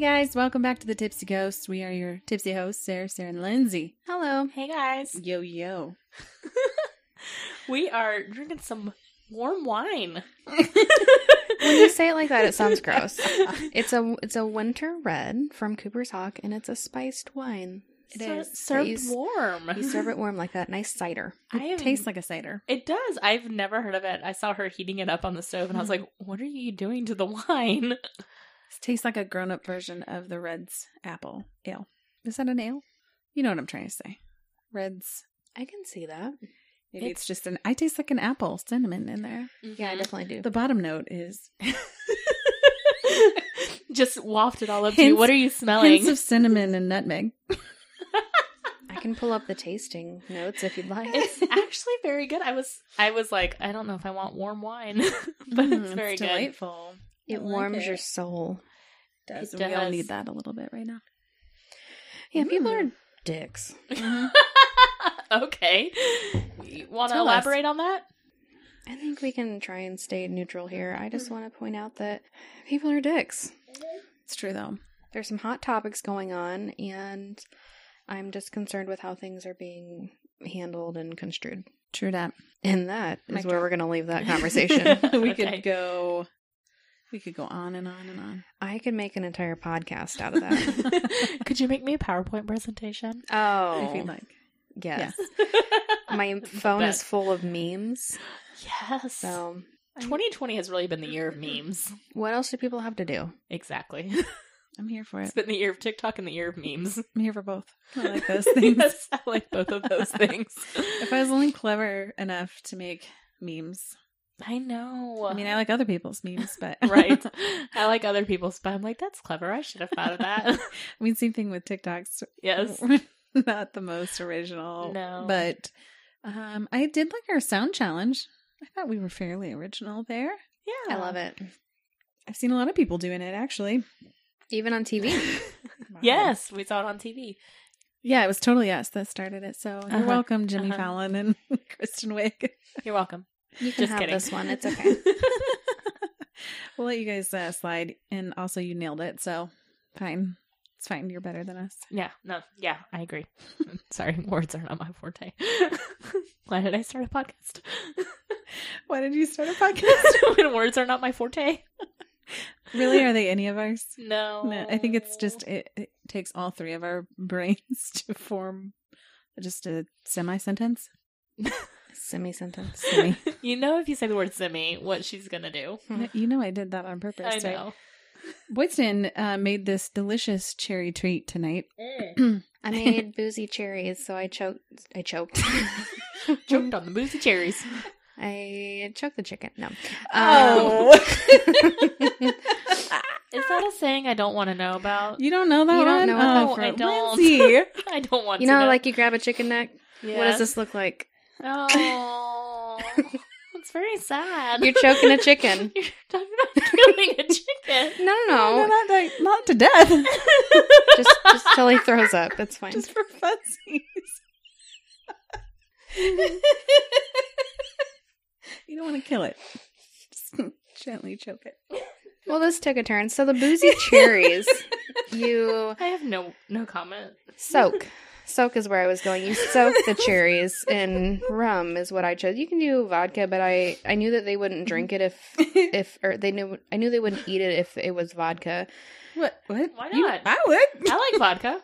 guys, welcome back to the Tipsy Ghosts. We are your tipsy hosts, Sarah, Sarah, and Lindsay. Hello. Hey guys, Yo, yo. we are drinking some warm wine. When you say it like that, it sounds gross. It's a it's a winter red from Cooper's Hawk, and it's a spiced wine. It Ser- is. But served you s- warm. You serve it warm like that, nice cider. I am- It tastes like a cider. It does. I've never heard of it. I saw her heating it up on the stove, and I was like, "What are you doing to the wine?" It tastes like a grown up version of the Reds apple ale. Is that an ale? You know what I'm trying to say. Reds. I can see that. Maybe it's, just an. I taste like an apple cinnamon in there. Yeah, I definitely do. The bottom note is just wafted all up to you. Hints- What are you smelling? hints of cinnamon and nutmeg. I can pull up the tasting notes if you'd like. it's actually very good. I was, I was like, I don't know if I want warm wine, but Mm, it's very good. delightful. I it like warms it. your soul. Does. It We all does. need that a little bit right now. Yeah, people Mm. are dicks. Mm-hmm. okay, want to Tell us. elaborate on that? I think we can try and stay neutral here. I just want to point out that people are dicks. It's true though. There's some hot topics going on, and I'm just concerned with how things are being handled and construed. True that. And that is Mic where drop. we're going to leave that conversation. we Okay. could go. We could go on and on and on. I could make an entire podcast out of that. Could you make me a PowerPoint presentation? if you'd oh, like. yes. My phone is best. full of memes. yes. So, 2020 has really been the year of memes. what else do people have to do? Exactly. I'm here for It's it. been the year of TikTok and the year of memes. I'm here for both. I like those things. yes, I like both of those things. If I was only clever enough to make memes, I know. I mean, I like other people's memes, but right. I like other people's, but I'm like, that's clever. I should have thought of that. I mean, same thing with TikToks. yes. Not the most original. No. But um, I did like our sound challenge. I thought we were fairly original there. Yeah. I love it. I've seen a lot of people doing it actually. Even on TV. Yes, we saw it on TV. Yeah, it was totally us that started it. So you're Uh-huh. welcome, Jimmy Uh-huh. Fallon and Kristen Wiig. You're welcome. You can Just have kidding. this one. It's okay. we'll let you guys uh, slide. And also, you nailed it. So fine. It's fine. You're better than us. Yeah, no, yeah, I agree. Sorry, words are not my forte. Why did I start a podcast? Why did you start a podcast? when words are not my forte. really? Are they any of ours? No. No, I think it's just it, it takes all three of our brains to form just a semi sentence. Semi sentence. Semi. you know, if you say the word "simi," what she's gonna do. Hmm. you know, I did that on purpose. I right? know. Boydston uh, made this delicious cherry treat tonight. I made boozy cherries, so I choked. I choked. Choked on the boozy cherries. I choked the chicken. No. Oh. Um, Is that a saying I don't want to know about? You don't know that You don't one? know what that- oh, for I don't. Lindsay. I don't want you to know, like you grab a chicken neck. What does Yes. this look like? Oh, it's very sad. You're choking a chicken. You're talking about killing a chicken. No, No, no, no. not, to, not to death. just, just till he throws up. That's fine. just for funsies. Mm-hmm. you don't want to kill it. Just gently choke it. Well, this took a turn. So the boozy cherries, you I have no no comment. soak. Soak is where I was going. You soak the cherries in rum is what I chose. You can do vodka, but I I knew that they wouldn't drink it if if or they knew I knew they wouldn't eat it if it was vodka. What? What? Why You- not? I would. I like vodka.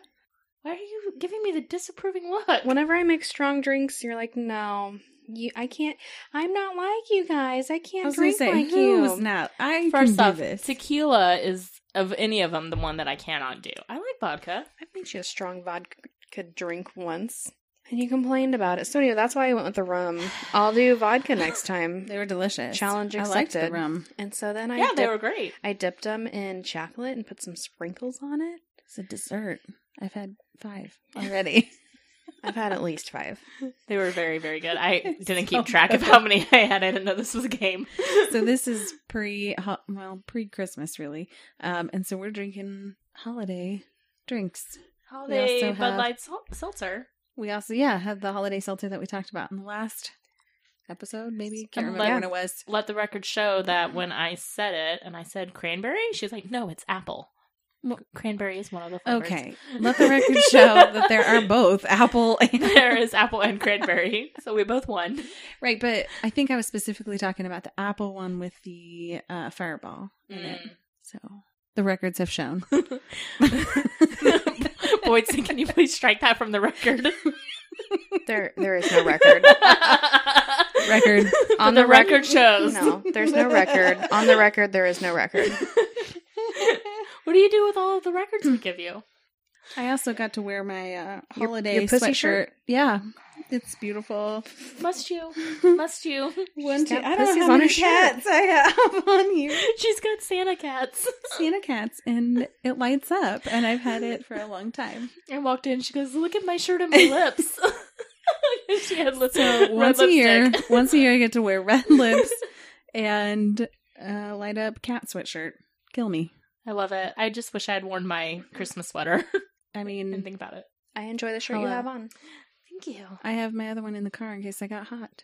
Why are you giving me the disapproving look? Whenever I make strong drinks, you're like, no, you I can't. I'm not like you guys. I I can't was gonna drink say, like who's you. not? I First can off, do this. tequila is of any of them the one that I cannot do. I like vodka. I made you a strong vodka drink once, and you complained about it. So anyway, that's why I went with the rum. I'll do vodka next time. they were delicious. Challenge I liked the accepted. rum. And so then I yeah, they dipped- were great. I dipped them in chocolate and put some sprinkles on it. It's a dessert. I've had five already. I've had at least five. They were very, very good. I It's didn't so keep track of good. how many I had. I didn't know this was a game. so this is pre, ho- well, pre Christmas really, um, and so we're drinking holiday drinks. Holiday also Bud have- Light sel- seltzer. We also, yeah, had the holiday seltzer that we talked about in the last episode. Maybe can't remember Unless- when it was. Mm-hmm. Let the record show that when I said it and I said cranberry, she's like, "No, it's apple." Well- cranberry is one of the flavors. Okay. Let the record show that there are both apple and there is apple and cranberry, so we both won. Right, but I think I was specifically talking about the apple one with the uh, fireball in it. So the records have shown. Boydson, can you please strike that from the record? There, there is no record. Record. On the, record shows. No, there's no record. On the record, there is no record. What do you do with all of the records we give you? I also got to wear my uh, Your- holiday your pussy sweatshirt. shirt? Yeah, it's beautiful. Must you? Must you? One, got I don't pussies know on how her many shirt. cats I have on here. She's got Santa cats. Santa cats, and it lights up, and I've had it for a long time. I walked in. She goes, "Look at my shirt and my lips." she had lips. So red once a year, lipstick. once a year, I get to wear red lips and uh, light up cat sweatshirt. Kill me. I love it. I just wish I had worn my Christmas sweater. I and mean, think about it. I enjoy the shirt Hello. you have on. Thank you. I have my other one in the car in case I got hot.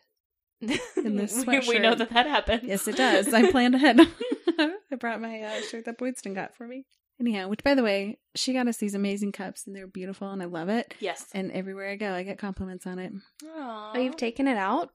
In this we, we know sweatshirt. that that happens. Yes, it does. I planned ahead. I brought my uh, shirt that Boydston got for me. Anyhow, which by the way, she got us these amazing cups, and they're beautiful, and I love it. Yes. And everywhere I go, I get compliments on it. Oh, you've taken it out.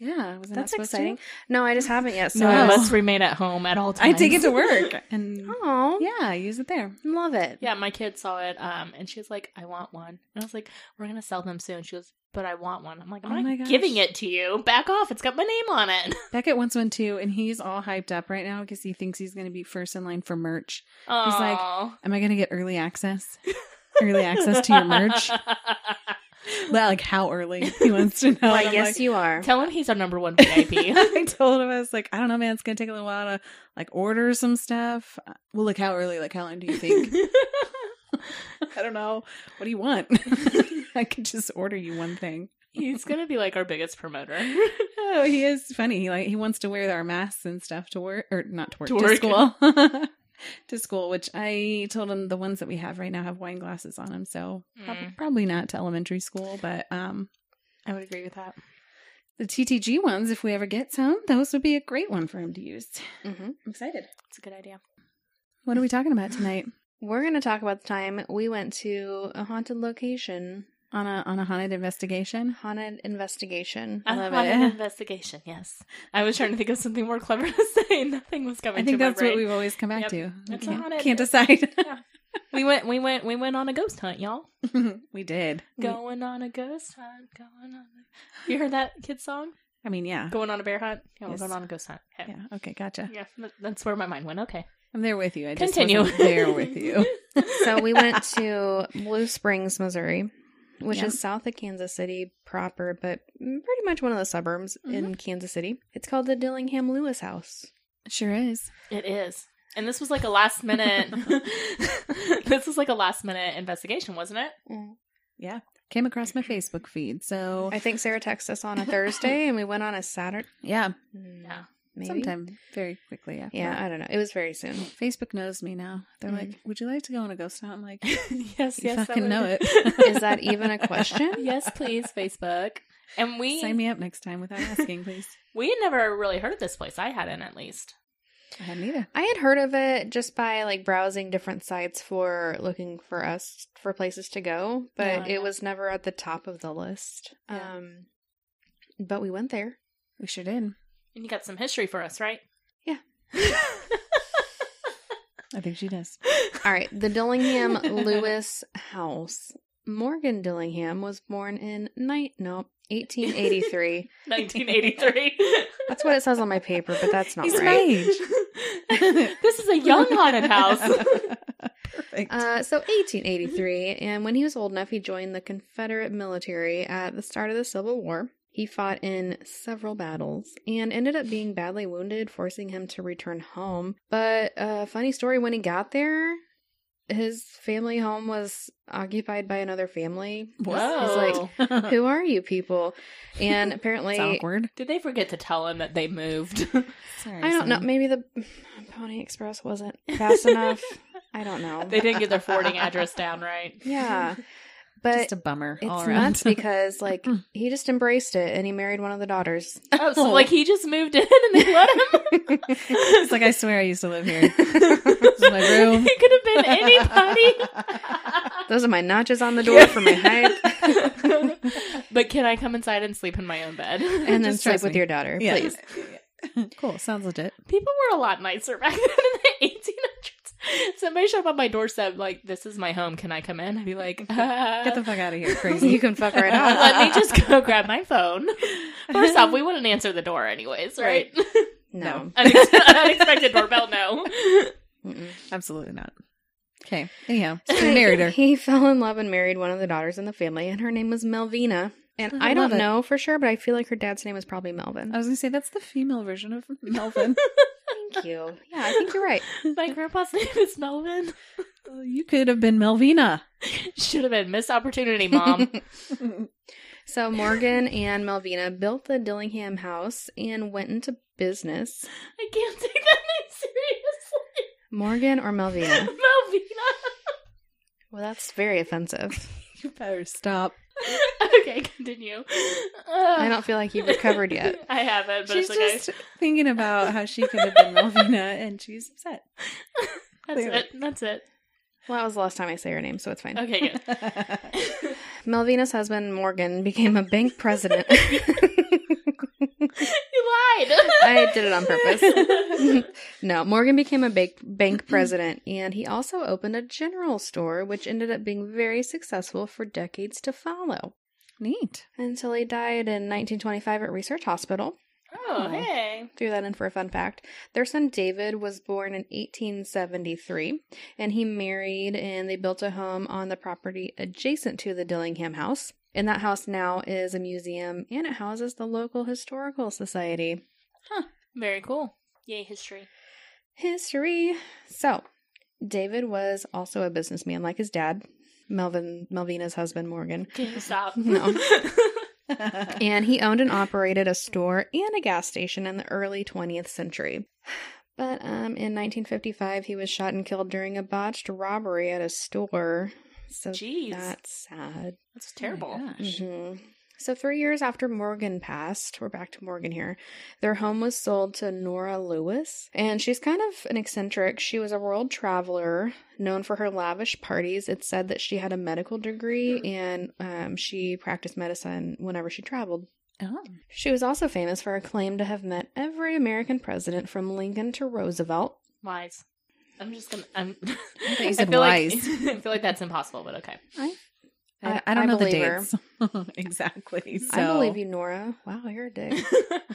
Yeah, was I not That's supposed to? exciting. No, I just haven't yet. So, no, No. it must remain at home at all I times. take it to work, and oh, yeah, I use it there. love it. Yeah, my kid saw it, um, and she was like, "I want one," and I was like, "We're gonna sell them soon." She goes, "But I want one." I'm like, "I'm Oh my not gosh. giving it to you. Back off. It's got my name on it." Beckett wants one too, and he's all hyped up right now because he thinks he's going to be first in line for merch. like, Aw. Am I going to get early access? Early access to your merch? Well, like how early? He wants to know. Well, And I'm yes, like- you are. Tell him he's our number one VIP. I told him I was like, I don't know, man. It's gonna take a little while to like order some stuff. Uh, Well, look how early. Like, how long do you think? I don't know. What do you want? I could just order you one thing. he's gonna be like our biggest promoter. Oh, he is funny. He like he wants to wear our masks and stuff to work or not to work To to, work. school. to school, which I told him the ones that we have right now have wine glasses on them, so prob- Mm. probably not to elementary school, but um I would agree with that. the TTG ones, if we ever get some, those would be a great one for him to use. hmm I'm excited. It's a good idea. What are we talking about tonight? We're going to talk about the time we went to a haunted location, on a on a haunted investigation. haunted investigation. I I love love it. an investigation. Yes, I was trying to think of something more clever to say. Nothing was coming. I think to my that's what brain. we've always come back Yep. to. We It's a can't, haunted- can't decide. we went. We went. We went on a ghost hunt, y'all. we did. Going on a ghost hunt. Going on. A... You heard that kid song? I mean, yeah, Going on a bear hunt. Yeah, Yes. we're going on a ghost hunt. Yeah. yeah. Okay, gotcha. Yeah, th- that's where my mind went. Okay, I'm there with you. I just continue. wasn't there with you. so we went to Blue Springs, Missouri, which Yeah. is south of Kansas City proper, but pretty much one of the suburbs in Kansas City. It's called the Dillingham Lewis House. Sure is. It is, and this was like a last minute. this was like a last minute investigation, wasn't it? Came across my Facebook feed, so I think Sarah texted us on a Thursday, and we went on a Saturday. yeah, Yeah, maybe. sometime very quickly after. Yeah, I don't know. It was very soon. that. Facebook knows me now. They're Mhm. like, "Would you like to go on a ghost hunt?" I'm like, yes, You yes. I fucking would. know it. Is that even a question? yes, please, Facebook. And we "Sign me up next time without asking, please." we had never really heard of this place. I hadn't, at least. I hadn't either. I had heard of it just by like browsing different sites for looking for us for places to go, Yeah. but it was never at the top of the list. Yeah. Um but we went there. We sure did. And you got some history for us, right? Yeah. I think she does. All right, the Dillingham Lewis house. Morgan Dillingham was born in night no, 1883. 1983. that's what it says on my paper, but that's not He's right. right. this is a young haunted house. Perfect. Uh, so 1883, and when he was old enough, he joined the Confederate military at the start of the Civil War. He fought in several battles and ended up being badly wounded, forcing him to return home. But uh, funny story when he got there, his family home was occupied by another family. Whoa. He's like, Who are you people? And apparently, It's awkward. Did they forget to tell him that they moved? Sorry, I don't know. son. Maybe the Pony Express wasn't fast enough. I don't know. They didn't get their forwarding address down right. Yeah. But just a Hmm. bummer. it's all around. nuts because like he just embraced it and he married one of the daughters. Oh, so like he just moved in and they let him. it's like I swear I used to live here. this is my room. It could have been anybody. Those are my notches on the door for my height. but can I come inside and sleep in my own bed? And then Just sleep trust with me. your daughter, Yeah. please. cool. Sounds legit. People were a lot nicer back then in the 1800s. Somebody showed up on my doorstep like, "This is my home. Can I come in?" I'd be like, uh, Get the fuck out of here, crazy. You can fuck right off. "Let me just go grab my phone." First off, we wouldn't answer the door anyways, right? No. Unex- unexpected doorbell, no. Mm-mm. Absolutely not. Okay. Anyhow, so we married her. He fell in love and married one of the daughters in the family, and her name was Melvina. And I I don't love it. know for sure, but I feel like her dad's name is probably Melvin. I was gonna say that's the female version of Melvin. Thank you. Yeah, I think you're right. My grandpa's name is Melvin. you could have been Melvina. Should have been missed opportunity, mom. So Morgan and Melvina built the Dillingham house and went into business. I can't take that name seriously. Morgan or Melvina? Melvina. Well, that's very offensive. You better stop. okay, continue. I don't feel like you've recovered yet. I haven't, but she's it's okay. just thinking about how she could have been Melvina, and she's upset. That's clear. it. That's it. Well, that was the last time I say her name, so it's fine. Okay, good. Melvina's husband, Morgan, became a bank president. You lied. I did it on purpose. no, Morgan became a bank, bank president, and he also opened a general store, which ended up being very successful for decades to follow Neat. until he died in 1925 at Research Hospital. oh, hey. Threw that in for a fun fact. Their son David was born in 1873, and he married and they built a home on the property adjacent to the Dillingham house. And that house now is a museum and it houses the local historical society. Very cool. Yay, history. history. So, David was also a businessman like his dad, Melvin Melvina's husband Morgan, Can you stop? No. and he owned and operated a store and a gas station in the early 20th century. But um, in 1955, he was shot and killed during a botched robbery at a store. So Jeez. that's sad. That's terrible. Oh my gosh. Mhm. So, three years after Morgan passed, we're back to Morgan here, their home was sold to Nora Lewis. And she's kind of an eccentric. She was a world traveler known for her lavish parties. It's said that she had a medical degree and um, she practiced medicine whenever she traveled. Oh. She was also famous for her claim to have met every American president from Lincoln to Roosevelt. Wise. I'm just gonna. I'm, thought you said feel wise. Like, I feel like that's impossible, but okay. I, I, I- I don't I know the believe her. dates exactly. So. I believe you, Nora. Wow, you're a dick.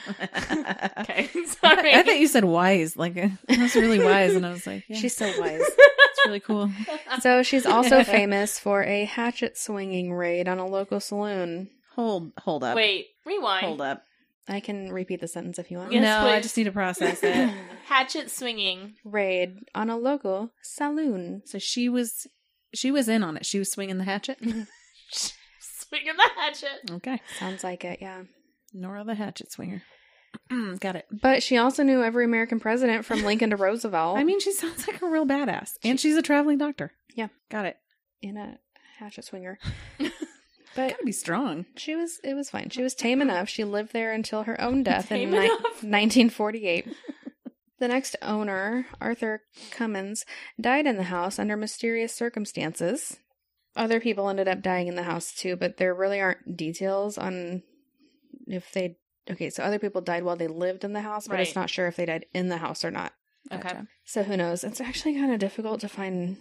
okay. okay, sorry. I, I thought you said wise. Like uh, that's really wise, and I was like, yeah, She's so wise. that's really cool. So she's also famous for a hatchet swinging raid on a local saloon. Hold, hold up. Wait, rewind. hold up. I can repeat the sentence if you want. Yes, no, I please. just need to process it. Hatchet swinging. raid on a local saloon. So she was, she was in on it. She was swinging the hatchet. Mm-hmm. Swinging the hatchet. Okay, Sounds like it, yeah. Nora the hatchet swinger. Got it. But she also knew every American president from Lincoln to Roosevelt. I mean, she sounds like a real badass, and she's a traveling doctor. Yeah. got it. in a hatchet swinger. But Gotta be strong. she was, it was fine. She was tame enough. She lived there until her own death Tame in ni- enough. 1948. The next owner, Arthur Cummins, died in the house under mysterious circumstances. Other people ended up dying in the house too, but there really aren't details on if they. Okay, so other people died while they lived in the house, but it's Right. not sure if they died in the house or not. Okay. Gotcha. So who knows? It's actually kind of difficult to find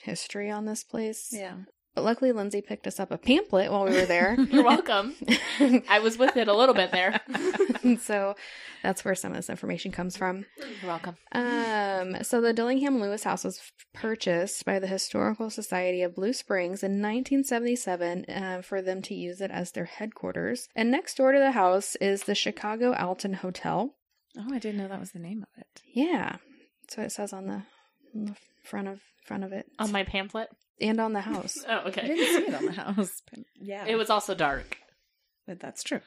history on this place. Yeah. But luckily, Lindsay picked us up a pamphlet while we were there. You're welcome. I was with it a little bit there. And so that's where some of this information comes from. You're welcome. Um, so the Dillingham Lewis house was f- purchased by the Historical Society of Blue Springs in 1977 uh, for them to use it as their headquarters. And next door to the house is the Chicago Alton Hotel. Oh, I didn't know that was the name of it. Yeah, that's what it says on the, on the front of front of it On my pamphlet. and on the house. Oh, I okay. didn't see it on the house. But yeah, It was also dark. But that's true.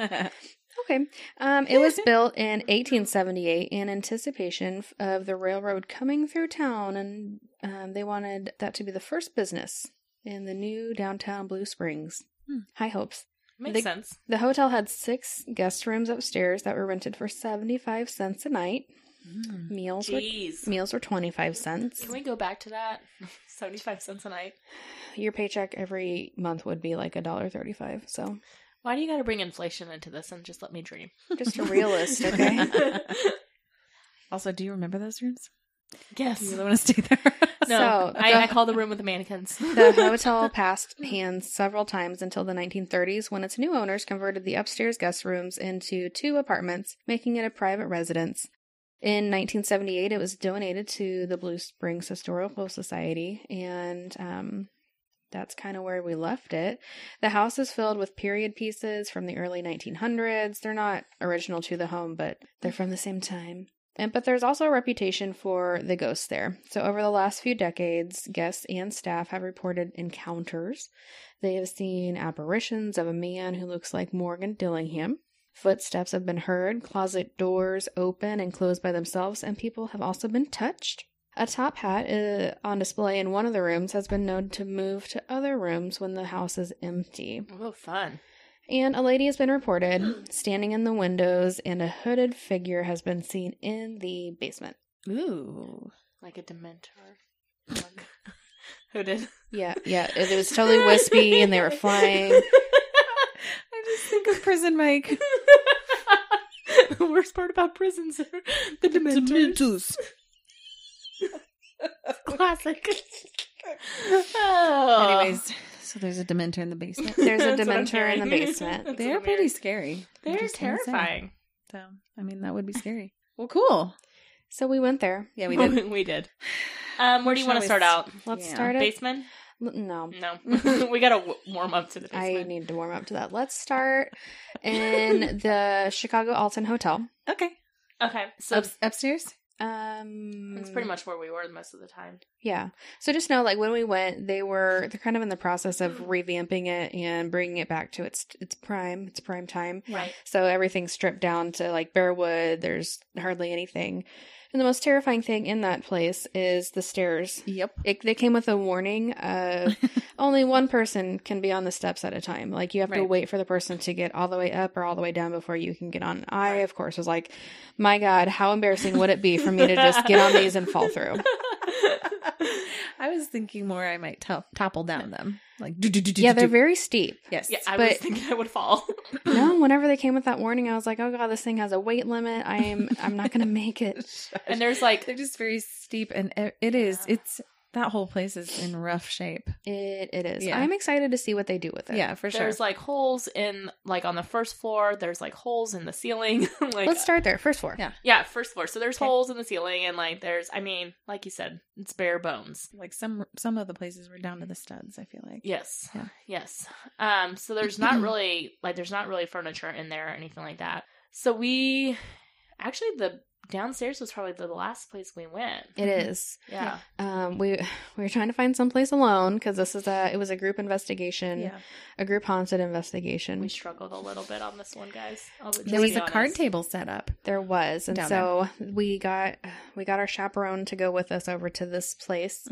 Okay. Um, it was built in 1878 in anticipation f- of the railroad coming through town, and um, they wanted that to be the first business. in the new downtown Blue Springs. Hmm. High hopes. Makes They- sense. The hotel had six guest rooms upstairs that were rented for 75 cents a night. Mm. Meals were Jeez. meals were 25 cents. Can we go back to that? 75 cents a night. Your paycheck every month would be like a dollar 35. So, Why do you got to bring inflation into this and just let me dream? just a realist, okay? Also, do you remember those rooms? yes. Do you really want to stay there? No, So, the- I, I call the room with the mannequins. The hotel passed hands several times until the 1930s when its new owners converted the upstairs guest rooms into two apartments, making it a private residence. In 1978, it was donated to the Blue Springs Historical Society, and um, that's kind of where we left it. The house is filled with period pieces from the early 1900s. They're not original to the home, but they're from the same time. And but there's also a reputation for the ghosts there. So over the last few decades, guests and staff have reported encounters. They have seen apparitions of a man who looks like Morgan Dillingham. Footsteps have been heard, closet doors open and close by themselves, and people have also been touched. A top hat uh, on display in one of the rooms has been known to move to other rooms when the house is empty. Oh, fun. And a lady has been reported standing in the windows, and a hooded figure has been seen in the basement. Ooh. Like a dementor. Like- Who did? Yeah, yeah, it was totally wispy, and they were flying. I just think of Prison Mike. the worst part about prisons are the dementors. Classic. oh. Anyways, so there's a Dementor in the basement. There's a That's what I'm dementor in the hearing. basement. That's They're what I'm hearing. pretty scary. I'm They're just gonna say. terrifying. So, I mean, that would be scary. Well, cool. So we went there. Yeah, we did. we did. Um, where do you want to Shall we start out? Let's Yeah. start it. Basement? No, No. we got to w- warm up to the I Mm, basement. need to warm up to that. Let's start in the Chicago Alton Hotel. Okay. okay. So Up- upstairs? Um, that's pretty much where we were most of the time. Yeah. So just know, like when we went, they were they're kind of in the process of Mm. revamping it and bringing it back to its its prime, its prime time. Right. So everything's stripped down to like bare wood. There's hardly anything. And the most terrifying thing in that place is the stairs. Yep. It, they came with a warning of only one person can be on the steps at a time. Like you have to Right. wait for the person to get all the way up or all the way down before you can get on. I, Right. of course, was like, my God, how embarrassing would it be for me to just get on these and fall through? I was thinking more I might top- topple down them. Like, do, do, do, do, Yeah, do, they're do. very steep. Yes. Yeah, I was But- thinking I would fall. No, whenever they came with that warning, I was like, "Oh god, this thing has a weight limit. I am, I'm not gonna make it." And there's like They're just very steep, and it, it is. Yeah. It's that whole place is in rough shape. It, it is. Yeah. I'm excited to see what they do with it. Yeah, for sure. there's like holes in like on the first floor. There's like holes in the ceiling. like Let's start there. First floor. uh, Yeah. yeah, first floor. So there's Okay. holes in the ceiling and like there's I mean, like you said, it's bare bones. like some some of the places were down to the studs. I feel like. Yes. Yeah. Yes. Um so there's not really like there's not really furniture in there or anything like that. So we actually the downstairs was probably the last place we went. It Mm-hmm. is. Yeah. Um, we we were trying to find someplace alone because this is a it was a group investigation, Yeah. a group haunted investigation. We struggled a little bit on this one, guys. I'll just There was be a card honest. table set up. there was, and Down so we got we got our chaperone to go with us over to this place.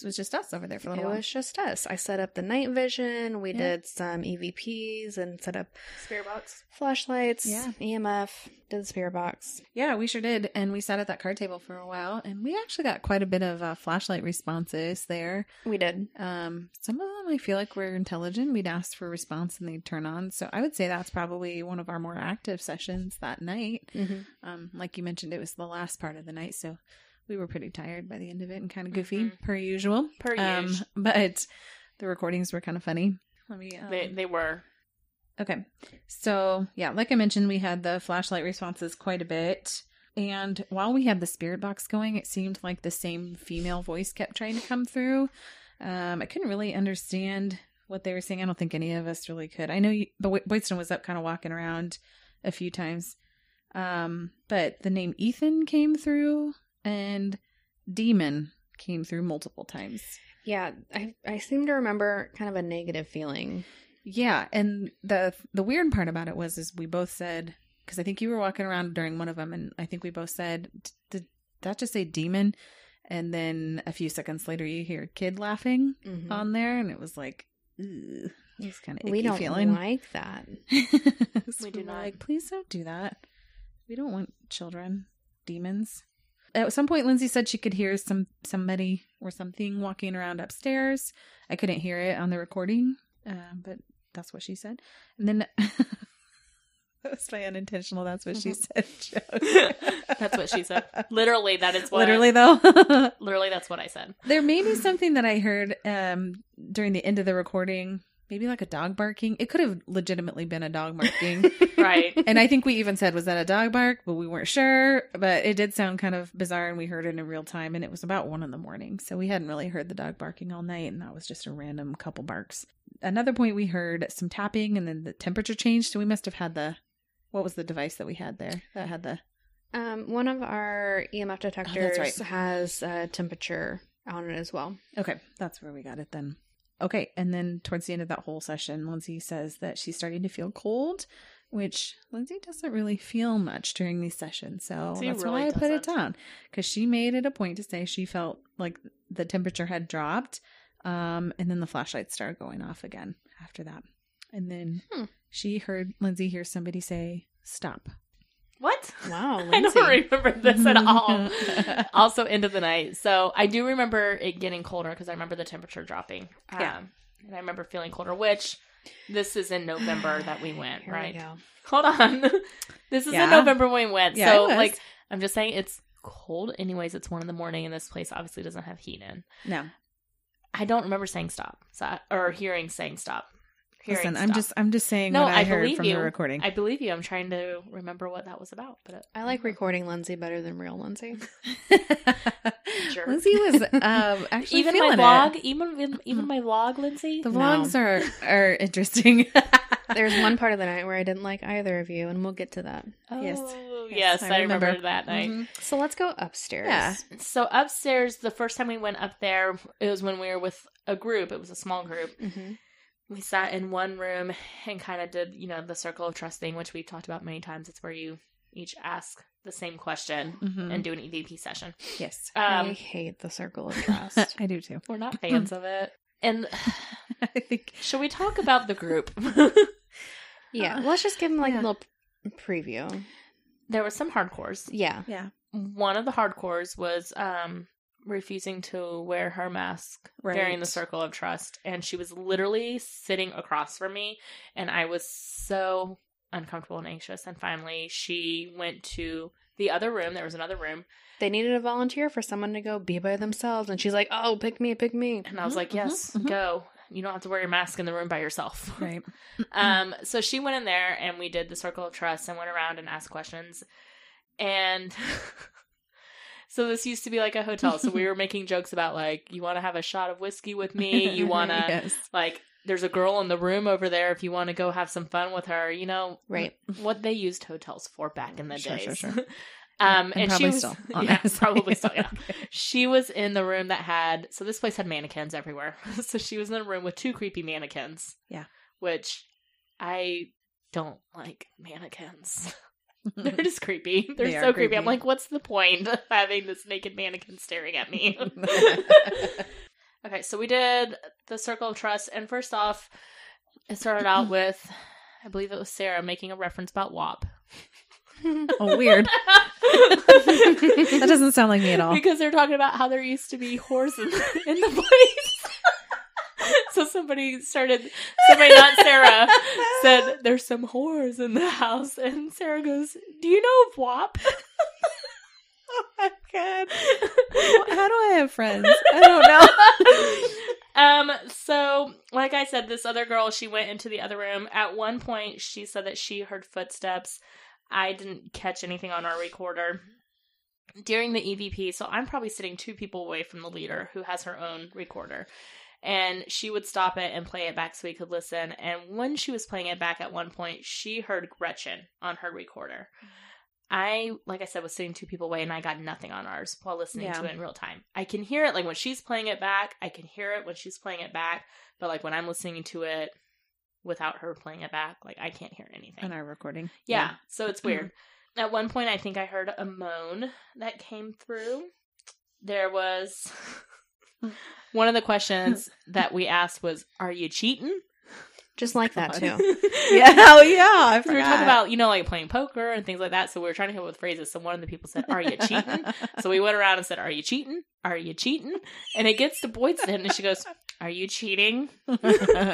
It was just us over there for a It little while. was just us. I set up the night vision. We Yeah. did some EVPs and set up Spirit box. flashlights, Yeah. EMF, did the spirit box. Yeah, we sure did, and we sat at that card table for a while, and we actually got quite a bit of uh, flashlight responses there. We did. Um, some of them I feel like were intelligent. We'd ask for a response, and they'd turn on. So I would say that's probably one of our more active sessions that night. Um, like you mentioned, it was the last part of the night, so we were pretty tired by the end of it and kind of goofy Mhm. per usual. Per um, usual. but the recordings were kind of funny. Let me. Um, They they were okay, so yeah, like I mentioned, we had the flashlight responses quite a bit. And while we had the spirit box going, it seemed like the same female voice kept trying to come through. Um, I couldn't really understand what they were saying. I don't think any of us really could. I know you, Bo- Boydston was up, kind of walking around a few times, um, but the name Ethan came through and Demon came through multiple times. Yeah, I I seem to remember kind of a negative feeling. Yeah, and the the weird part about it was is we both said because I think you were walking around during one of them, and I think we both said, "D- "Did that just say demon?" And then a few seconds later, you hear a kid laughing Mhm. on there, and it was like, ugh, it's kind of we don't feeling. like that. So We do we're not. Like, Please don't do that. We don't want children, demons. At some point, Lindsay said she could hear some somebody or something walking around upstairs. I couldn't hear it on the recording, uh, but that's what she said. And then that was my unintentional. That's what she said. joke. That's what she said. Literally, that is what. Literally, though. literally, that's what I said. There may be something that I heard um during the end of the recording, maybe like a dog barking. It could have legitimately been a dog barking. Right. and I think we even said was that a dog bark, but we weren't sure, but it did sound kind of bizarre and we heard it in real time and it was about 1 in the morning. So we hadn't really heard the dog barking all night and that was just a random couple barks. Another point we heard some tapping and then the temperature changed, so we must have had the what was the device that we had there that had the Um, one of our EMF detectors Oh, right. has a temperature on it as well. Okay, that's where we got it then. Okay, and then towards the end of that whole session, Lindsay says that she's starting to feel cold, which Lindsay doesn't really feel much during these sessions. So Lindsay that's really why I put it doesn't. down because she made it a point to say she felt like the temperature had dropped. Um, and then the flashlights started going off again after that. And then Hmm. she heard Lindsay hear somebody say, Stop. What? Wow, I don't Lindsay. remember this at all. also, end of the night. So I do remember it getting colder because I remember the temperature dropping. Um, Yeah. And I remember feeling colder, which this is in November that we went, Here right? We go. Hold on. this is Yeah. in November when we went. Yeah, it so, was. like, I'm just saying it's cold anyways. It's one in the morning, and this place obviously doesn't have heat in. No, I don't remember saying stop so I- or hearing saying stop. Hearing listen, I'm stop. just I'm just saying No, what I, I heard believe from you. the recording. I believe you. I'm trying to remember what that was about, but uh, I like recording Lindsay better than real Lindsay. Jerk. Lindsay was um, actually even my feeling vlog, it. Mm-hmm. even even my vlog, Lindsay. The No. vlogs are are interesting. There's one part of the night where I didn't like either of you, and we'll get to that. Yes. Oh, Yes, yes, I I, remember. remember. that night. Mhm. So let's go upstairs. Yeah. So upstairs, the first time we went up there, it was when we were with a group. It was a small group. hmm We sat in one room and kind of did, you know, the circle of trust thing, which we've talked about many times. It's where you each ask the same question Mhm. and do an EVP session. yes, I Um, hate the circle of trust. I do too. we're not fans of it. And I think should we talk about the group? yeah, let's just give them like Yeah. a little p- preview. there were some hardcores. Yeah. yeah, one of the hardcores was um refusing to wear her mask during Right. the circle of trust and she was literally sitting across from me and i was so uncomfortable and anxious and finally she went to the other room there was another room They needed a volunteer for someone to go be by themselves, and she's like, "Oh, pick me, pick me." and i was Mhm, like mhm, yes mhm. go you don't have to wear your mask in the room by yourself right. Um, so she went in there and we did the circle of trust and went around and asked questions. And so this used to be like a hotel. So we were making jokes about like, you want to have a shot of whiskey with me? You want to yes. like, there's a girl in the room over there if you want to go have some fun with her. You know, Right. What they used hotels for back in the Sure, days. sure, sure. um, and, probably she was, still, yeah, honestly. probably still, yeah Okay. she was in the room that had so this place had mannequins everywhere. so she was in a room with two creepy mannequins. Yeah. Which I don't like mannequins. They're just creepy. They're They are so creepy. I'm creepy. like, what's the point of having this naked mannequin staring at me? okay, so we did the circle of trust, and first off, it started out with I believe it was Sarah making a reference about WAP. oh, weird. That doesn't sound like me at all. Because they're talking about how there used to be whores in, in the place. so somebody started, somebody not Sarah, said, There's some whores in the house. And Sarah goes, Do you know of WAP? Oh my god! How do I have friends? I don't know. um, so, like I said, this other girl, she went into the other room. At one point, she said that she heard footsteps. I didn't catch anything on our recorder. During the EVP, so I'm probably sitting two people away from the leader who has her own recorder. And she would stop it and play it back so we could listen. And when she was playing it back at one point, she heard Gretchen on her recorder. I, like I said, was sitting two people away and I got nothing on ours while listening Yeah. to it in real time. I can hear it like when she's playing it back, I can hear it when she's playing it back, but like when I'm listening to it without her playing it back, like I can't hear anything. On our recording, Yeah, so it's weird. At one point, I think I heard a moan that came through. there was one of the questions that we asked was, "Are you cheating?" Just like that God. too. Yeah, yeah. hell yeah. I forgot. We were talking about, you know, like playing poker and things like that. So we were trying to come up with phrases. So one of the people said, Are you cheating? so we went around and said, Are you cheating? Are you cheating? And it gets to Boydston and she goes, Are you cheating?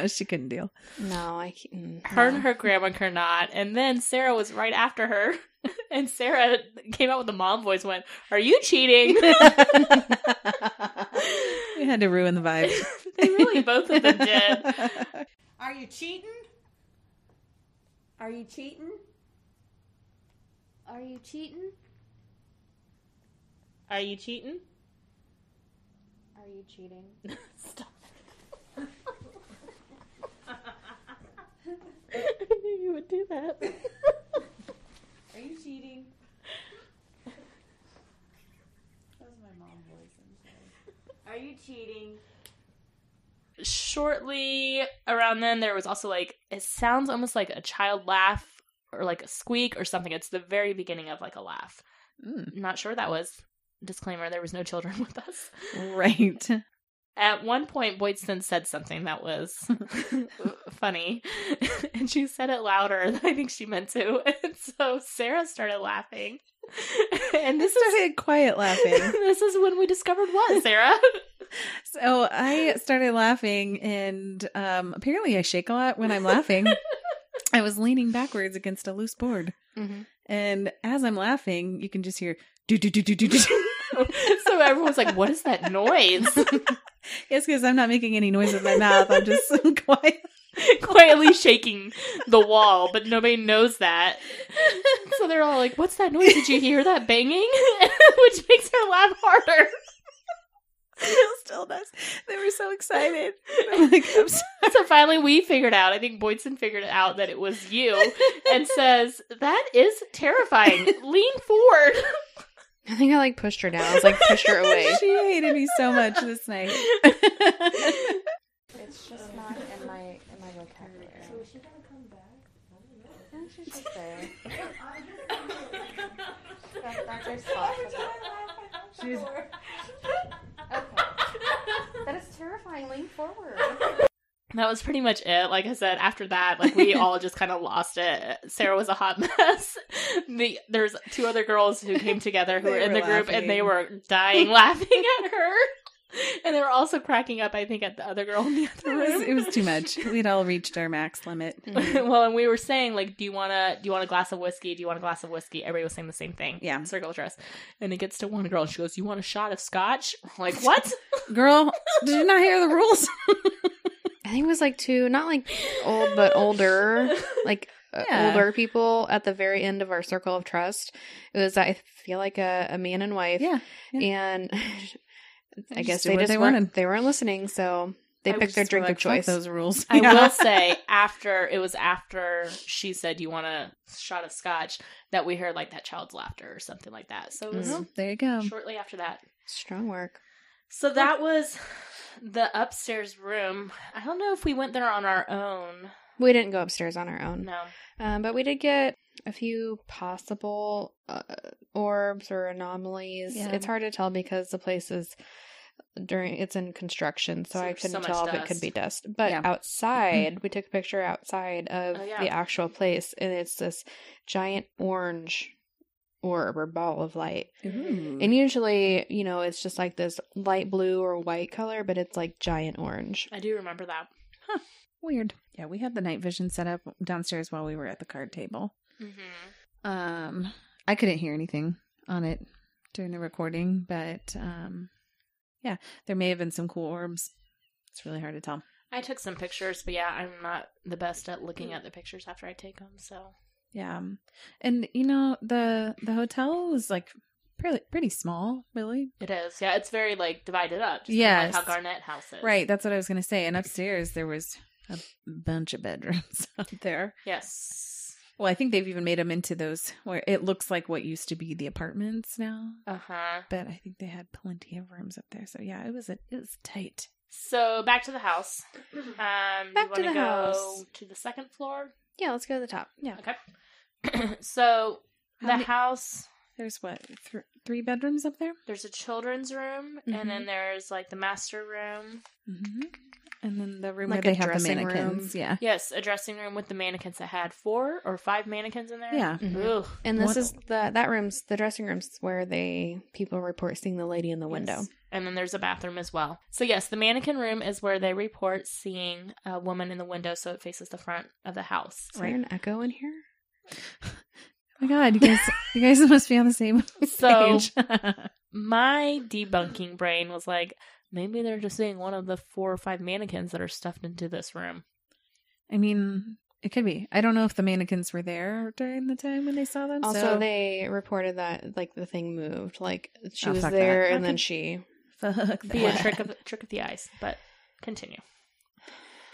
she couldn't deal. No, I can't. Her and no. her grandma could not. And then Sarah was right after her. And Sarah came out with the mom voice, went, Are you cheating? We had to ruin the vibe. they really both of them did. Are you cheating? Are you cheating? Are you cheating? Are you cheating? Are you cheating? Stop. you would do that. Are you cheating? That was my mom voice. I'm sorry. Are you cheating? shortly around then there was also like it sounds almost like a child laugh or like a squeak or something it's the very beginning of like a laugh Hmm. Mm, not sure what that was disclaimer there was no children with us right. at one point boydston said something that was funny and she said it louder than i think she meant to and so sarah started laughing and this is started quiet laughing. this is when we discovered what sarah So I started laughing, and um, apparently I shake a lot when I'm laughing. I was leaning backwards against a loose board, Mhm. and as I'm laughing, you can just hear do do do do do do. so everyone's like what is that noise Yes, because I'm not making any noise with my mouth. I'm just quiet. quietly shaking the wall, but nobody knows that. So they're all like, "What's that noise? Did you hear that banging?" Which makes her laugh harder. Still does. They were so excited. I'm like, I'm so- So finally, we figured out. I think Boydson figured out that it was you, and says, "That is terrifying. Lean forward." I think I like pushed her down. I was like pushed her away. she hated me so much this night. It's just not in my in my vocabulary. So is she gonna come back? She's just there. that's her spot. She's okay. That is terrifying. Lean forward. That was pretty much it. Like I said, after that, like we all just kind of lost it. Sarah was a hot mess. The there's two other girls who came together who They were in were the group and they laughing. were dying laughing at her. And they were also cracking up, I think, at the other girl in the It other room. was, it was too much. We'd all reached our max limit. Mm-hmm. well, and we were saying like, do you want to do you want a glass of whiskey? Do you want a glass of whiskey? Everybody was saying the same thing. Yeah. circle dress. And it gets to one girl and she goes, "You want a shot of scotch?" Like what? Girl, did you not hear the rules? I think it was like two, not like old but older, like uh, Yeah. older people at the very end of our circle of trust. It was I feel like a, a man and wife, Yeah, yeah. and I just guess did they what just they weren't wanted. they weren't listening, so they I picked their just were drink like, of "Fuck choice. Those rules. I Yeah. will say after it was after she said you want a shot of scotch that we heard like that child's laughter or something like that. So it was Mm-hmm. Well, there you go. shortly after that. Strong work. So that was the upstairs room. I don't know if we went there on our own. We didn't go upstairs on our own, No. um, but we did get a few possible uh, orbs or anomalies. Yeah. It's hard to tell because the place is during it's in construction, So so, I there's so couldn't much tell if it could dust. be dust. But Yeah. outside, we took a picture outside of Oh, yeah. the actual place, and it's this giant orange orb or ball of light. Ooh. And usually, you know, it's just like this light blue or white color, but it's like giant orange. I do remember that. Weird. Yeah, we had the night vision set up downstairs while we were at the card table. Mm-hmm. Um, I couldn't hear anything on it during the recording, but um, yeah, there may have been some cool orbs. It's really hard to tell. I took some pictures, but yeah, I'm not the best at looking at the pictures after I take them. So Yeah, um, and you know the the hotel was like pretty pretty small, really. it is. Yeah, it's very like divided up. Just Yes. Kind of like how Garnett House is. Right, that's what I was gonna say. And upstairs there was a bunch of bedrooms up there. Yes. Well, I think they've even made them into those where it looks like what used to be the apartments now. Uh huh. But I think they had plenty of rooms up there. So yeah, it was a, it was tight. So back to the house. Um, Back you to wanna the go house. To the second floor. Yeah, let's go to the top. Okay. so How the many- house. There's what th- three bedrooms up there, There's a children's room, Mhm. and then there's like the master room. mm-hmm. and then the room Like where a they have the dressing mannequins. Yeah, Yes, a dressing room with the mannequins that had four or five mannequins in there. yeah. Mhm. Ugh. And this What- is the that room's the dressing room's where they people report seeing the lady in the window. Yes. And then there's a bathroom as well. So, yes, the mannequin room is where they report seeing a woman in the window so it faces the front of the house. Is there an echo in here? Oh my god, you guys, you guys must be on the same So, page. my debunking brain was like, maybe they're just seeing one of the four or five mannequins that are stuffed into this room. I mean, it could be. I don't know if the mannequins were there during the time when they saw them. Also, so- they reported that like the thing moved, like she Oh, was fuck there that. and then Okay. she. fuck Be a that. trick of trick of the eyes, but continue.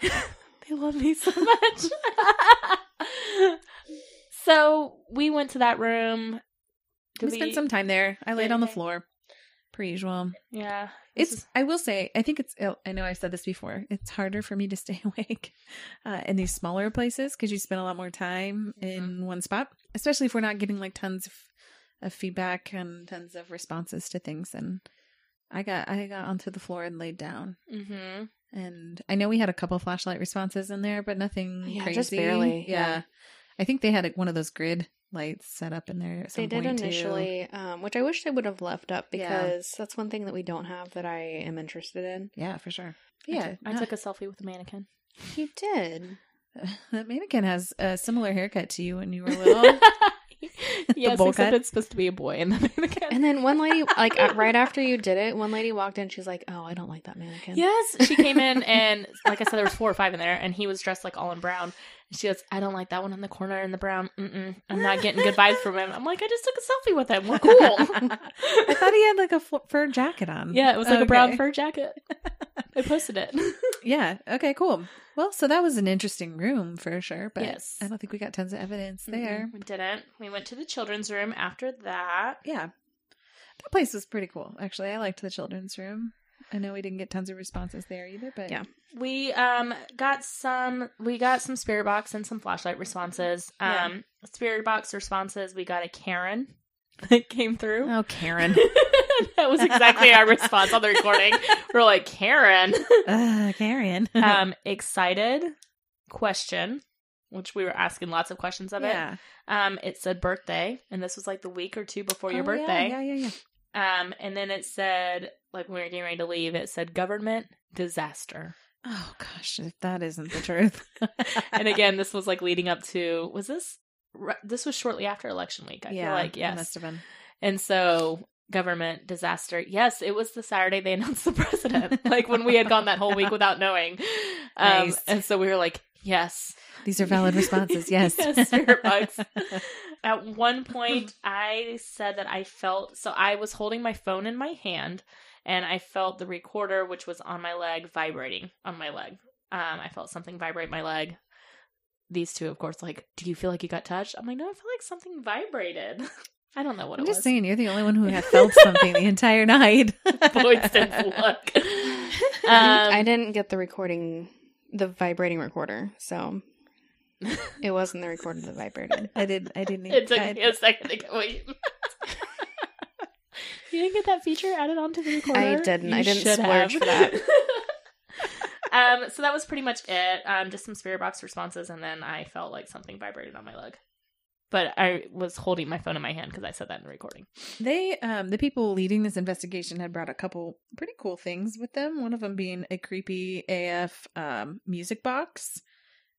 they love me so much. so we went to that room. we, spent some time there. I laid Yeah, on the okay. floor, per usual. Yeah, this It's. is- I will say. I think it's. oh, I know I've said this before. It's harder for me to stay awake uh, in these smaller places because you spend a lot more time in one spot, especially if we're not getting like tons of, of feedback and tons of responses to things. And I got. I got onto the floor and laid down. Mm-hmm. And I know we had a couple flashlight responses in there, but nothing Yeah, crazy. just barely, Yeah. yeah. I think they had like, one of those grid lights set up in there. At some They did point, too. initially, um, which I wish they would have left up Yeah. because that's one thing that we don't have that I am interested in. Yeah, for sure. I Yeah, took, I took a selfie with a mannequin. You did. that mannequin has a similar haircut to you when you were little. yes, bowl except cut? it's supposed to be a boy in the mannequin. And then one lady, like uh, right after you did it, one lady walked in. She's like, "Oh, I don't like that mannequin." Yes, she came in and like I said, there was four or five in there, and he was dressed like all in brown. And she goes, "I don't like that one in the corner in the brown. Mm-mm. I'm not getting good vibes from him." I'm like, "I just took a selfie with him. We're I cool." thought he had like a fl- fur jacket on. yeah, it was like a brown Okay. fur jacket. I posted it. Yeah. Okay. Cool. Well, so that was an interesting room for sure, but Yes. I don't think we got tons of evidence there. We didn't. We went to the children's room after that. Yeah, that place was pretty cool. Actually, I liked the children's room. I know we didn't get tons of responses there either, but Yeah. We um got some we got some spirit box and some flashlight responses. Um Yeah. spirit box responses, we got a Karen that came through. Oh, Karen. that was exactly our response on the recording. We're like, Karen. uh, Karen. Um, excited question, which we were asking lots of questions of it. yeah. Um, it said birthday, and this was like the week or two before your Oh, yeah, birthday. Yeah, yeah, yeah. Um, and then it said, like when we were getting ready to leave, it said government disaster. Oh gosh, if that isn't the truth. and again, this was like leading up to was this re- this was shortly after election week. I feel like it yes, must have been. And so government disaster. Yes, it was the Saturday they announced the president. like when we had gone that whole week without knowing. Um, Nice. And so we were like, yes. These are valid responses. Yes. yes, spirit box. At one point, I said that I felt so I was holding my phone in my hand and I felt the recorder, which was on my leg, vibrating on my leg. Um, I felt something vibrate my leg. These two, of course, like, do you feel like you got touched? I'm like, no, I feel like something vibrated. I don't know what I'm it just was. saying, you're the only one who had felt something the entire night. Boyd's didn't look. Um, I didn't get the recording, the vibrating recorder, so it wasn't the recorder that vibrated. I did. I didn't. It took I- me a second to get what you. you didn't get that feature added onto the recorder. I didn't. I You didn't should have. splurge for that. um. So that was pretty much it. Um. Just some spirit box responses, and then I felt like something vibrated on my leg. But I was holding my phone in my hand because I said that in the recording. They, um, the people leading this investigation had brought a couple pretty cool things with them. One of them being a creepy AF um, music box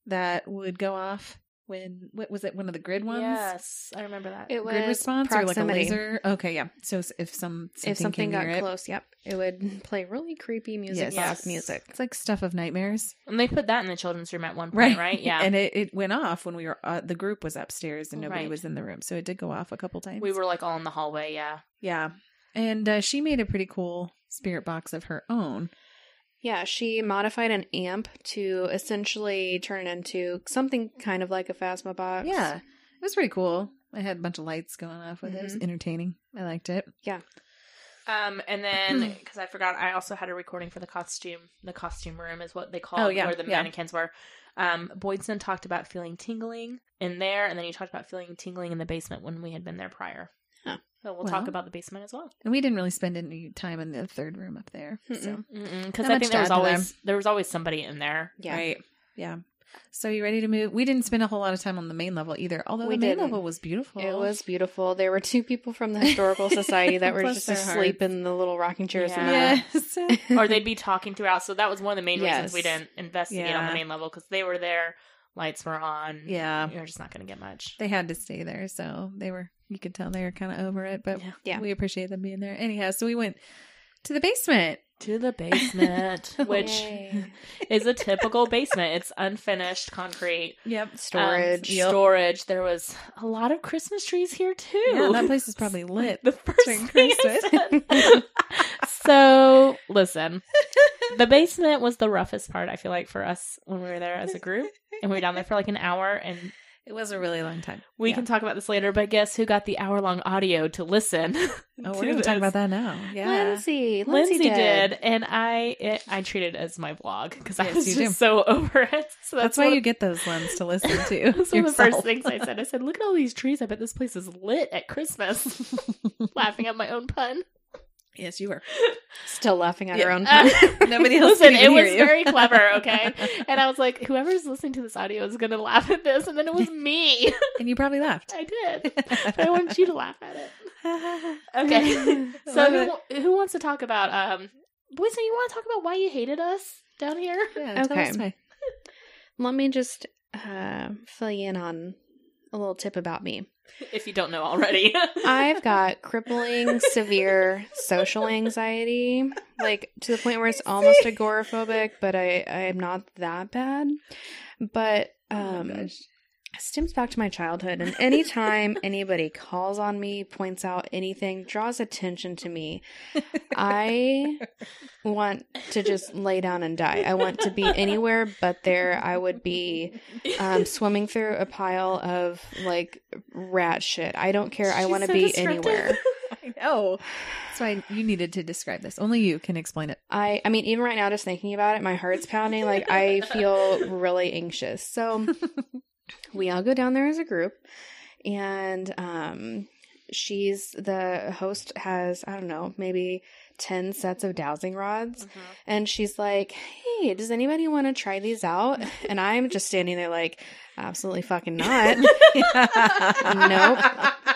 that would go off when what was it? One of the grid ones. Yes, I remember that. It was Grid response or like a proximity. laser? Okay, yeah. So s- if some something if came something got near it- close, yep, it would play really creepy music Yes. box Yes. music. it's like stuff of nightmares, and they put that in the children's room at one point, right? Yeah. and it, it went off when we were uh, the group was upstairs and nobody Right. was in the room, so it did go off a couple times. we were like all in the hallway. Yeah. Yeah. And uh, she made a pretty cool spirit box of her own. Yeah, she modified an amp to essentially turn it into something kind of like a phasma box. Yeah. It was pretty cool. I had a bunch of lights going off with it. It Mm-hmm. was entertaining. I liked it. Um, and then Hmm. because I forgot, I also had a recording for the costume. The costume room is what they call Oh, it, yeah, where the yeah. mannequins were. Um, Boydson talked about feeling tingling in there, and then you talked about feeling tingling in the basement when we had been there prior. Huh. That But we'll, Well. talk about the basement as well. And we didn't really spend any time in the third room up there. So. Because Not I much think there to was add to always there was always somebody in there. Yeah. Right. Yeah. So you ready to move? We didn't spend a whole lot of time on the main level either, although We the main didn't. level was beautiful. It was beautiful. There were two people from the historical society that were Bless just their asleep in the little rocking chairs. in Yeah. Yes. the- or they'd be talking throughout. So that was one of the main reasons we Yes. didn't investigate on Yeah. the main level because they were there, lights were on. yeah. You're just not going to get much. They had to stay there, so they were you could tell they were kind of over it, but Yeah. Yeah. we appreciate them being there. Anyhow, so we went to the basement. To the basement, which Yay. is a typical basement. It's unfinished concrete Yep. um, storage. storage. There was a lot of Christmas trees here too. Yeah, that place is probably lit. the first during thing I said. so listen, the basement was the roughest part. I feel like for us when we were there as a group, and we were down there for like an hour, and It was a really long time. we Yeah. can talk about this later. But guess who got the hour long audio to listen? Oh, we're going to talk about that now. Yeah. Lindsay, Lindsay, did. and I it, I treat it as my vlog because I Yes, was you just do. so over it. So That's, that's, why one you of- get those ones to listen to. That's one of the first yourself. things I said. I said, "Look at all these trees. I bet this place is lit at Christmas." Laughing at my own pun. Yes, you were. Still laughing at her own. Uh, Nobody else Listen, could it even was hear you. very clever, okay? And I was like, whoever's listening to this audio is gonna laugh at this, and then it was me. And you probably laughed. I did, but I want you to laugh at it. Okay. So Love who, it. wa- who wants to talk about? um Boyson, you want to talk about why you hated us down here? Yeah, tell Okay. us why. Let me just uh, fill you in on a little tip about me. If you don't know already, I've got crippling, severe social anxiety, like to the point where it's almost agoraphobic, but I, I am not that bad. But um, it stems back to my childhood. And anytime anybody calls on me, points out anything, draws attention to me, I want to just lay down and die. I want to be anywhere but there. I would be um, swimming through a pile of like rat shit. I don't care. I She's want to so be descriptive. anywhere. I know. That's why you needed to describe this. Only you can explain it. I I mean, even right now, just thinking about it, my heart's pounding. Like I feel really anxious. So we all go down there as a group, and um, she's the host has I don't know maybe ten sets of dowsing rods. And she's like, "Hey, does anybody want to try these out?" And I'm just standing there like, "Absolutely fucking not." Nope.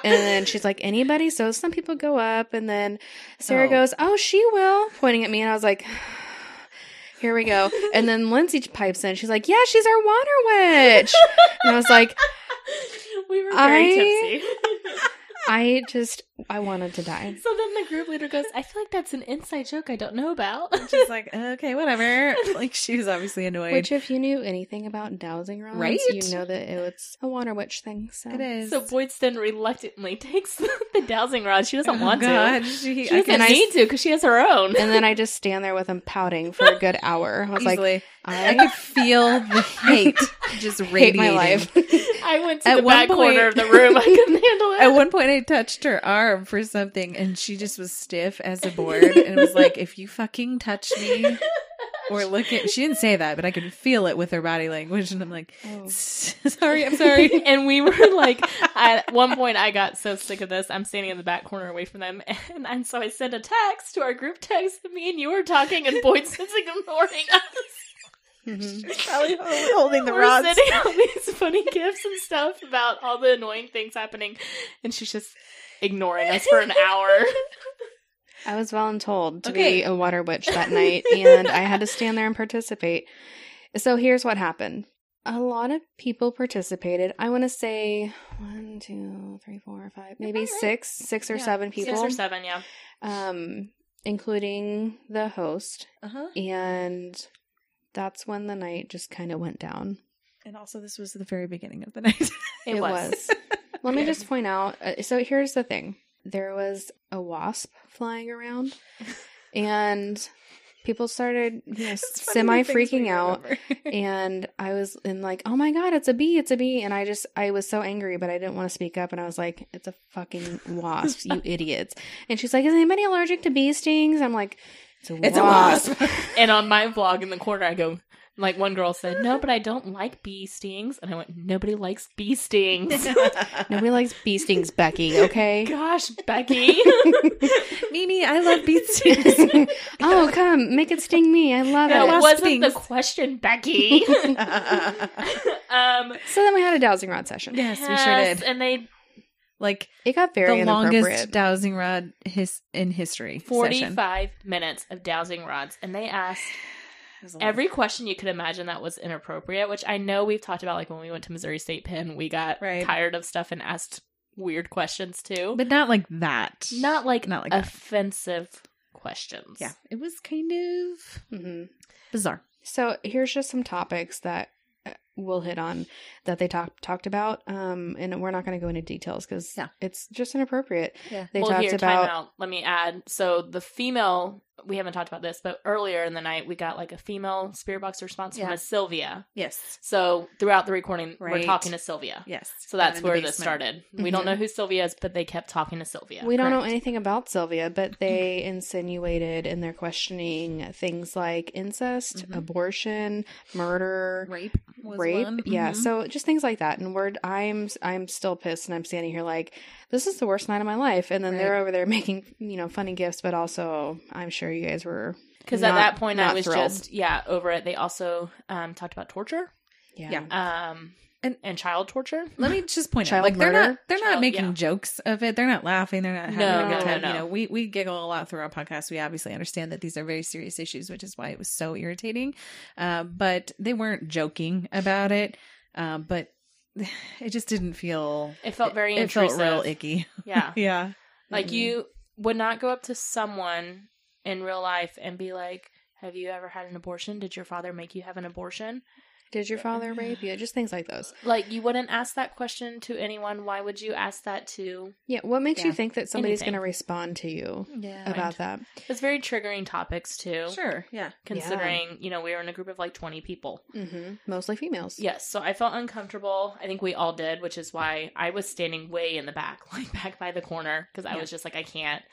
And then she's like, "Anybody?" So some people go up, and then Sarah Oh. goes, "Oh, she will," pointing at me, and I was like, "Here we go." And then Lindsay pipes in. She's like, "Yeah, she's our water witch," and I was like, we were very I- tipsy. "I just, I wanted to die." So then the group leader goes, I feel like that's an inside joke I don't know about. She's like, okay, whatever. Like she was obviously annoyed. Which, if you knew anything about dowsing rods, Right? you know that it was a water witch thing. So it is. So Boydston reluctantly takes the dowsing rod. She doesn't Oh, want God. to. She, She I doesn't can And I- need to because she has her own. And then I just stand there with him pouting for a good hour. I was like, easily. I I could feel the hate just hate radiating. my life. I went to At the one back corner of point- the room. I couldn't handle it. At one point, I touched her arm for something, and she just was stiff as a board, and was like, "If you fucking touch me or look at," she didn't say that, but I could feel it with her body language, and I'm like, Oh. "Sorry, I'm sorry." and we were like, at one point, I got so sick of this. I'm standing in the back corner away from them. And, and so I sent a text to our group text. Me and you were talking, and Boydston's ignoring us. Mhm. Probably holding the We're rods. sending out these funny gifts and stuff about all the annoying things happening, and she's just ignoring us for an hour. I was voluntold to Okay. be a water witch that night, and I had to stand there and participate. So here's what happened. A lot of people participated. I want to say one, two, three, four, five, maybe right. six, six or Yeah. seven people, seven, yeah. um, including the host. Uh-huh. And that's when the night just kind of went down. And also, this was the very beginning of the night. It, was. Let me Okay. just point out. Uh, so here's the thing: there was a wasp flying around, and people started you know, semi freaking out. And I was in like, oh my god, it's a bee, it's a bee, and I just I was so angry, but I didn't want to speak up, and I was like, it's a fucking wasp, you idiots! And she's like, is anybody allergic to bee stings? I'm like, it's a It's a wasp. wasp. And on my vlog in the corner, I go, Like one girl said, "No, but I don't like bee stings," and I went, "Nobody likes bee stings." Nobody likes bee stings, Becky, okay? Gosh, Becky. Mimi, I love beet stings. oh, come, make it sting me. I love Yeah, it. that love wasn't the stings. question, Becky. um, So then we had a dowsing rod session. yes, we sure did. And they Like It got very the longest inappropriate. dowsing rod his in history. session. 45 minutes of dowsing rods, and they asked every question you could imagine that was inappropriate, which I know we've talked about. Like when we went to Missouri State Penn, we got Right. tired of stuff and asked weird questions too, but not like that. not like not like that. offensive questions. Yeah, it was kind of Mhm. bizarre. So here's just some topics that uh, we'll hit on that they talk, talked about, um, and we're not going to go into details because Yeah. it's just inappropriate. Yeah. They well, talked here, about time out. Let me add. So the female, we haven't talked about this, but earlier in the night we got like a female spirit box response from Yeah. a Sylvia. Yes. So throughout the recording, we're Right. talking to Sylvia. Yes. So that's Down in the where this basement. Mm-hmm. started. We don't Mhm. know who Sylvia is, but they kept talking to Sylvia. we don't know correct. Mm-hmm. anything about Sylvia, but they insinuated in their questioning things like incest, Mhm. abortion, murder, Rape was rape one. yeah Mhm. so just things like that and we're i'm i'm still pissed and i'm standing here like this is the worst night of my life and then they're Right. over there making you know funny gifts but also i'm sure you guys were Because at Not- that point, I not was thrilled. just yeah over it. They also um, talked about torture, yeah, Yeah. um, and And- and child torture. let me just point Child out, like they're murder? not they're Child- not making yeah. jokes of it. They're not laughing. They're not having No, a no, good time. no, You no. know, we we giggle a lot through our podcast. We obviously understand that these are very serious issues, which is why it was so irritating. Uh, but they weren't joking about it. Uh, but it just didn't feel. It felt very It felt intrusive. real icky. Yeah, Yeah. like Mhm. you would not go up to someone in real life and be like, "Have you ever had an abortion? Did your father make you have an abortion?" did your father rape you just things like those Like you wouldn't ask that question to anyone. Why would you ask that to? yeah what makes you Yeah. think that somebody's Anything. going to respond to you Yeah. about that It's very triggering topics too. Sure. Yeah. Considering you know we were in a group of like twenty people. hmm mostly females Yes, so I felt uncomfortable. I think we all did, which is why I was standing way in the back, like back by the corner, because I Yeah. was just like, I can't.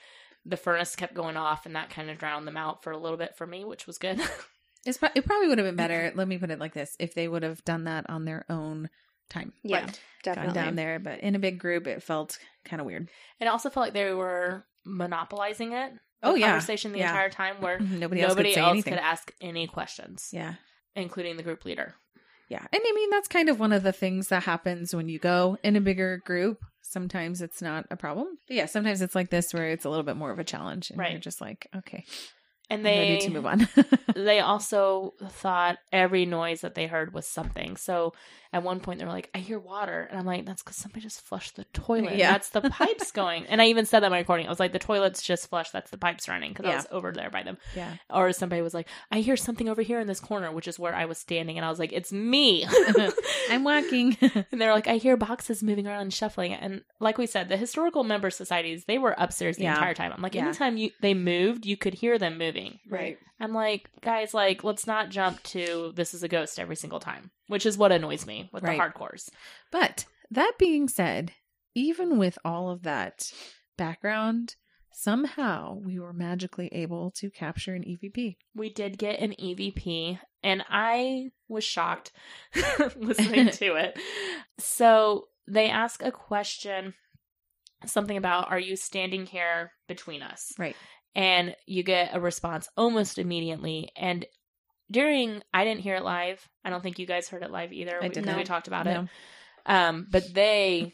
The furnace kept going off, and that kind of drowned them out for a little bit for me, which was good. It's pro- it probably would have been better. let me put it like this: if they would have done that on their own time, yeah Right. definitely gone down there, but in a big group, it felt kind of weird. it also felt like they were monopolizing it. the Oh, yeah. conversation the Yeah. entire time where Nobody else nobody could say else anything. could ask any questions, yeah. including the group leader. Yeah. And I mean, that's kind of one of the things that happens when you go in a bigger group. Sometimes it's not a problem. But yeah, sometimes it's like this where it's a little bit more of a challenge. And Right. you're just like, okay, And I'm they ready to move on. they also thought every noise that they heard was something. So at one point they were like, I hear water. And I'm like, that's because somebody just flushed the toilet. Yeah. That's the pipes going. And I even said that in my recording. I was like, the toilet's just flushed. That's the pipes running because I Yeah. was over there by them. yeah. Or somebody was like, I hear something over here in this corner, which is where I was standing. And I was like, it's me. I'm walking. And they're like, I hear boxes moving around and shuffling. And like we said, the historical member societies, they were upstairs the Yeah. entire time. I'm like, Yeah. anytime you, they moved, you could hear them moving. right I'm like, guys, like, let's not jump to this is a ghost every single time, which is what annoys me with Right. the hardcores. But that being said, even with all of that background, somehow we were magically able to capture an E EVP. We did get an EVP, and I was shocked listening to it. So they ask a question, something about, are you standing here between us? Right. And you get a response almost immediately. And during, I didn't hear it live. I don't think you guys heard it live either. I We- didn't. We talked about it. No. Um, but they,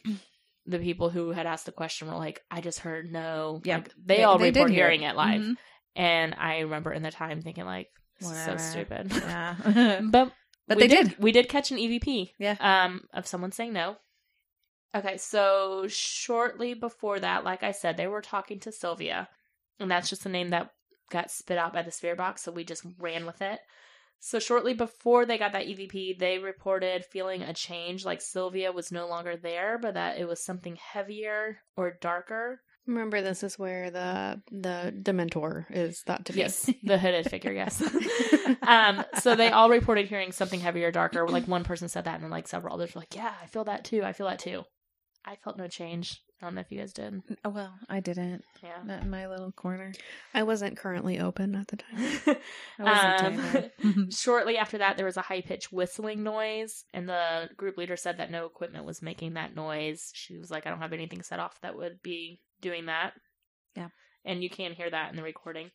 the people who had asked the question, were like, "I just heard no." Yeah. like, they, all did report hear hearing it, live, Mhm. and I remember in the time thinking like, "This is Whatever. "So stupid." Yeah. but but they we did. We did catch an EVP. Yeah. Um, of someone saying no. Okay, so shortly before that, like I said, they were talking to Sylvia, and that's just the name that got spit out by the spirit box. So we just ran with it. So shortly before they got that EVP, they reported feeling a change, like Sylvia was no longer there, but that it was something heavier or darker. remember this is where the the dementor is thought to be Yes, the hooded figure. Yes. um. So they all reported hearing something heavier, darker. Like one person said that, and then like several others were like, "Yeah, I feel that too. I feel that too." I felt no change. I don't know if you guys did. Oh, well, I didn't. Yeah. Not in my little corner. I wasn't currently open at the time. I wasn't Um, doing that. Mm-hmm. Shortly after that, there was a high pitched whistling noise, and the group leader said that no equipment was making that noise. She was like, I don't have anything set off that would be doing that. Yeah. And you can hear that in the recording.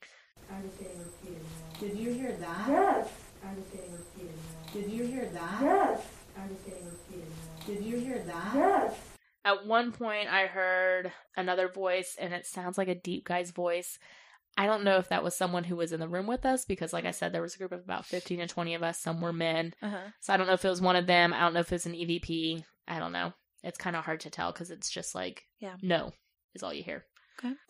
I was getting repeated. Did you hear that? Yes. I was getting repeated. Did you hear that? Yes. I was getting repeated. Did you hear that? Yes. At one point, I heard another voice, and it sounds like a deep guy's voice. I don't know if that was someone who was in the room with us because, like I said, there was a group of about 15 to 20 of us. Some were men. Uh-huh. So I don't know if it was one of them. I don't know if it was an EVP. I don't know. It's kind of hard to tell because it's just like, Yeah. no, is all you hear.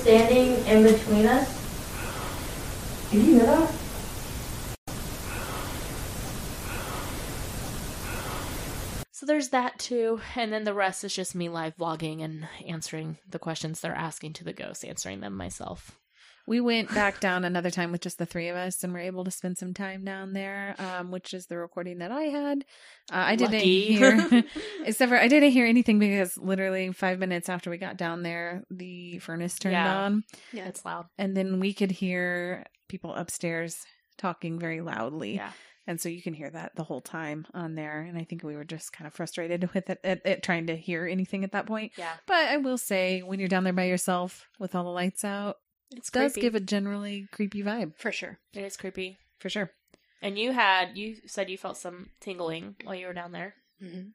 Standing in between us. Did you hear that? So there's that too. And then the rest is just me live vlogging and answering the questions they're asking to the ghosts, answering them myself. We went back down another time with just the three of us and were able to spend some time down there, um, which is the recording that I had. Uh, I didn't Lucky. hear, except for I didn't hear anything because literally five minutes after we got down there, the furnace turned Yeah. on. Yeah. It's loud. and then we could hear people upstairs talking very loudly. Yeah. And so you can hear that the whole time on there. And I think we were just kind of frustrated with it, at, at trying to hear anything at that point. Yeah. But I will say, when you're down there by yourself with all the lights out, It's it does give a generally creepy vibe For sure. it is creepy. for sure. And you had you said you felt some tingling while you were down there. hmm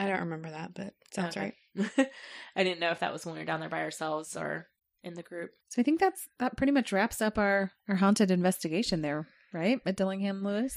I don't remember that, but sounds Okay. right. I didn't know if that was when we were down there by ourselves or in the group. So I think that's that pretty much wraps up our our haunted investigation there, right? At Dillingham Lewis.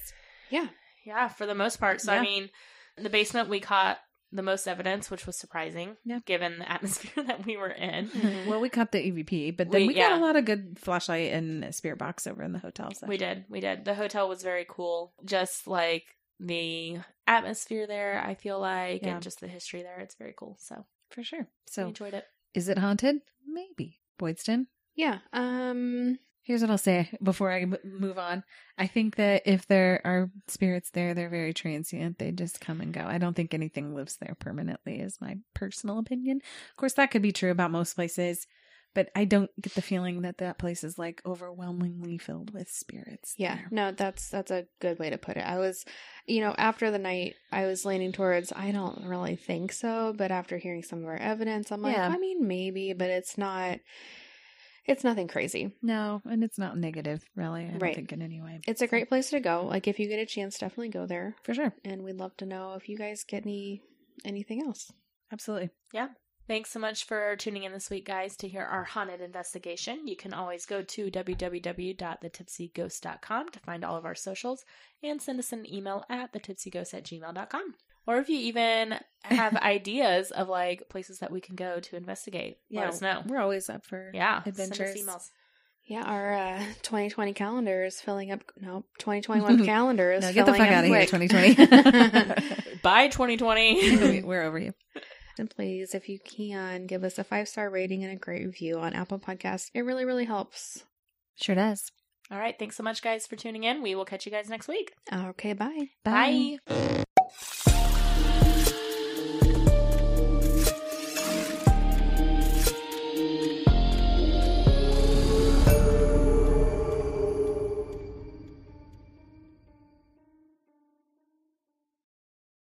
Yeah. Yeah, for the most part. So Yeah. I mean, in the basement we caught the most evidence, which was surprising Yeah. given the atmosphere that we were in. Mm-hmm. Well, we caught the EVP, but then we, Mm-hmm. We- got yeah. a lot of good flashlight and spirit box over in the hotel. So. We did. We did. The hotel was very cool. Just like the atmosphere there, I feel like, Yeah. and just the history there. It's very cool. So, for sure. so So enjoyed it. Is it haunted? Maybe. Boydston. Yeah. Um. Here's what I'll say before I m- move on. I think that if there are spirits there, they're very transient. They just come and go. I don't think anything lives there permanently, is my personal opinion. Of course, that could be true about most places, but I don't get the feeling that that place is like overwhelmingly filled with spirits. Yeah. there. No, that's that's a good way to put it. I was, you know, after the night, I was leaning towards. I don't really think so, but after hearing some of our evidence, I'm like, Yeah. I mean, maybe, but it's not. It's nothing crazy. No, and it's not negative, really. I don't Right. think in any way. It's a great place to go. Like if you get a chance, definitely go there. For sure. And we'd love to know if you guys get any anything else. Absolutely. Thanks so much for tuning in this week, guys, to hear our haunted investigation. You can always go to www.thetipsyghost.com to find all of our socials and send us an email at thetipsyghost at gmail.com. Or if you even have ideas of like places that we can go to investigate, let us know. We're always up for Yeah, Adventures. Send us Yeah, our uh, 2020 calendar is filling up. No, 2021 calendar is No, filling get the fuck up out of here, quick. 2020. emails. Bye, 2020. We- We're over you. and please, if you can, give us a five star rating and a great review on Apple Podcasts. It really, really helps. Sure does. All right. Thanks so much, guys, for tuning in. We will catch you guys next week. Okay, bye. Bye.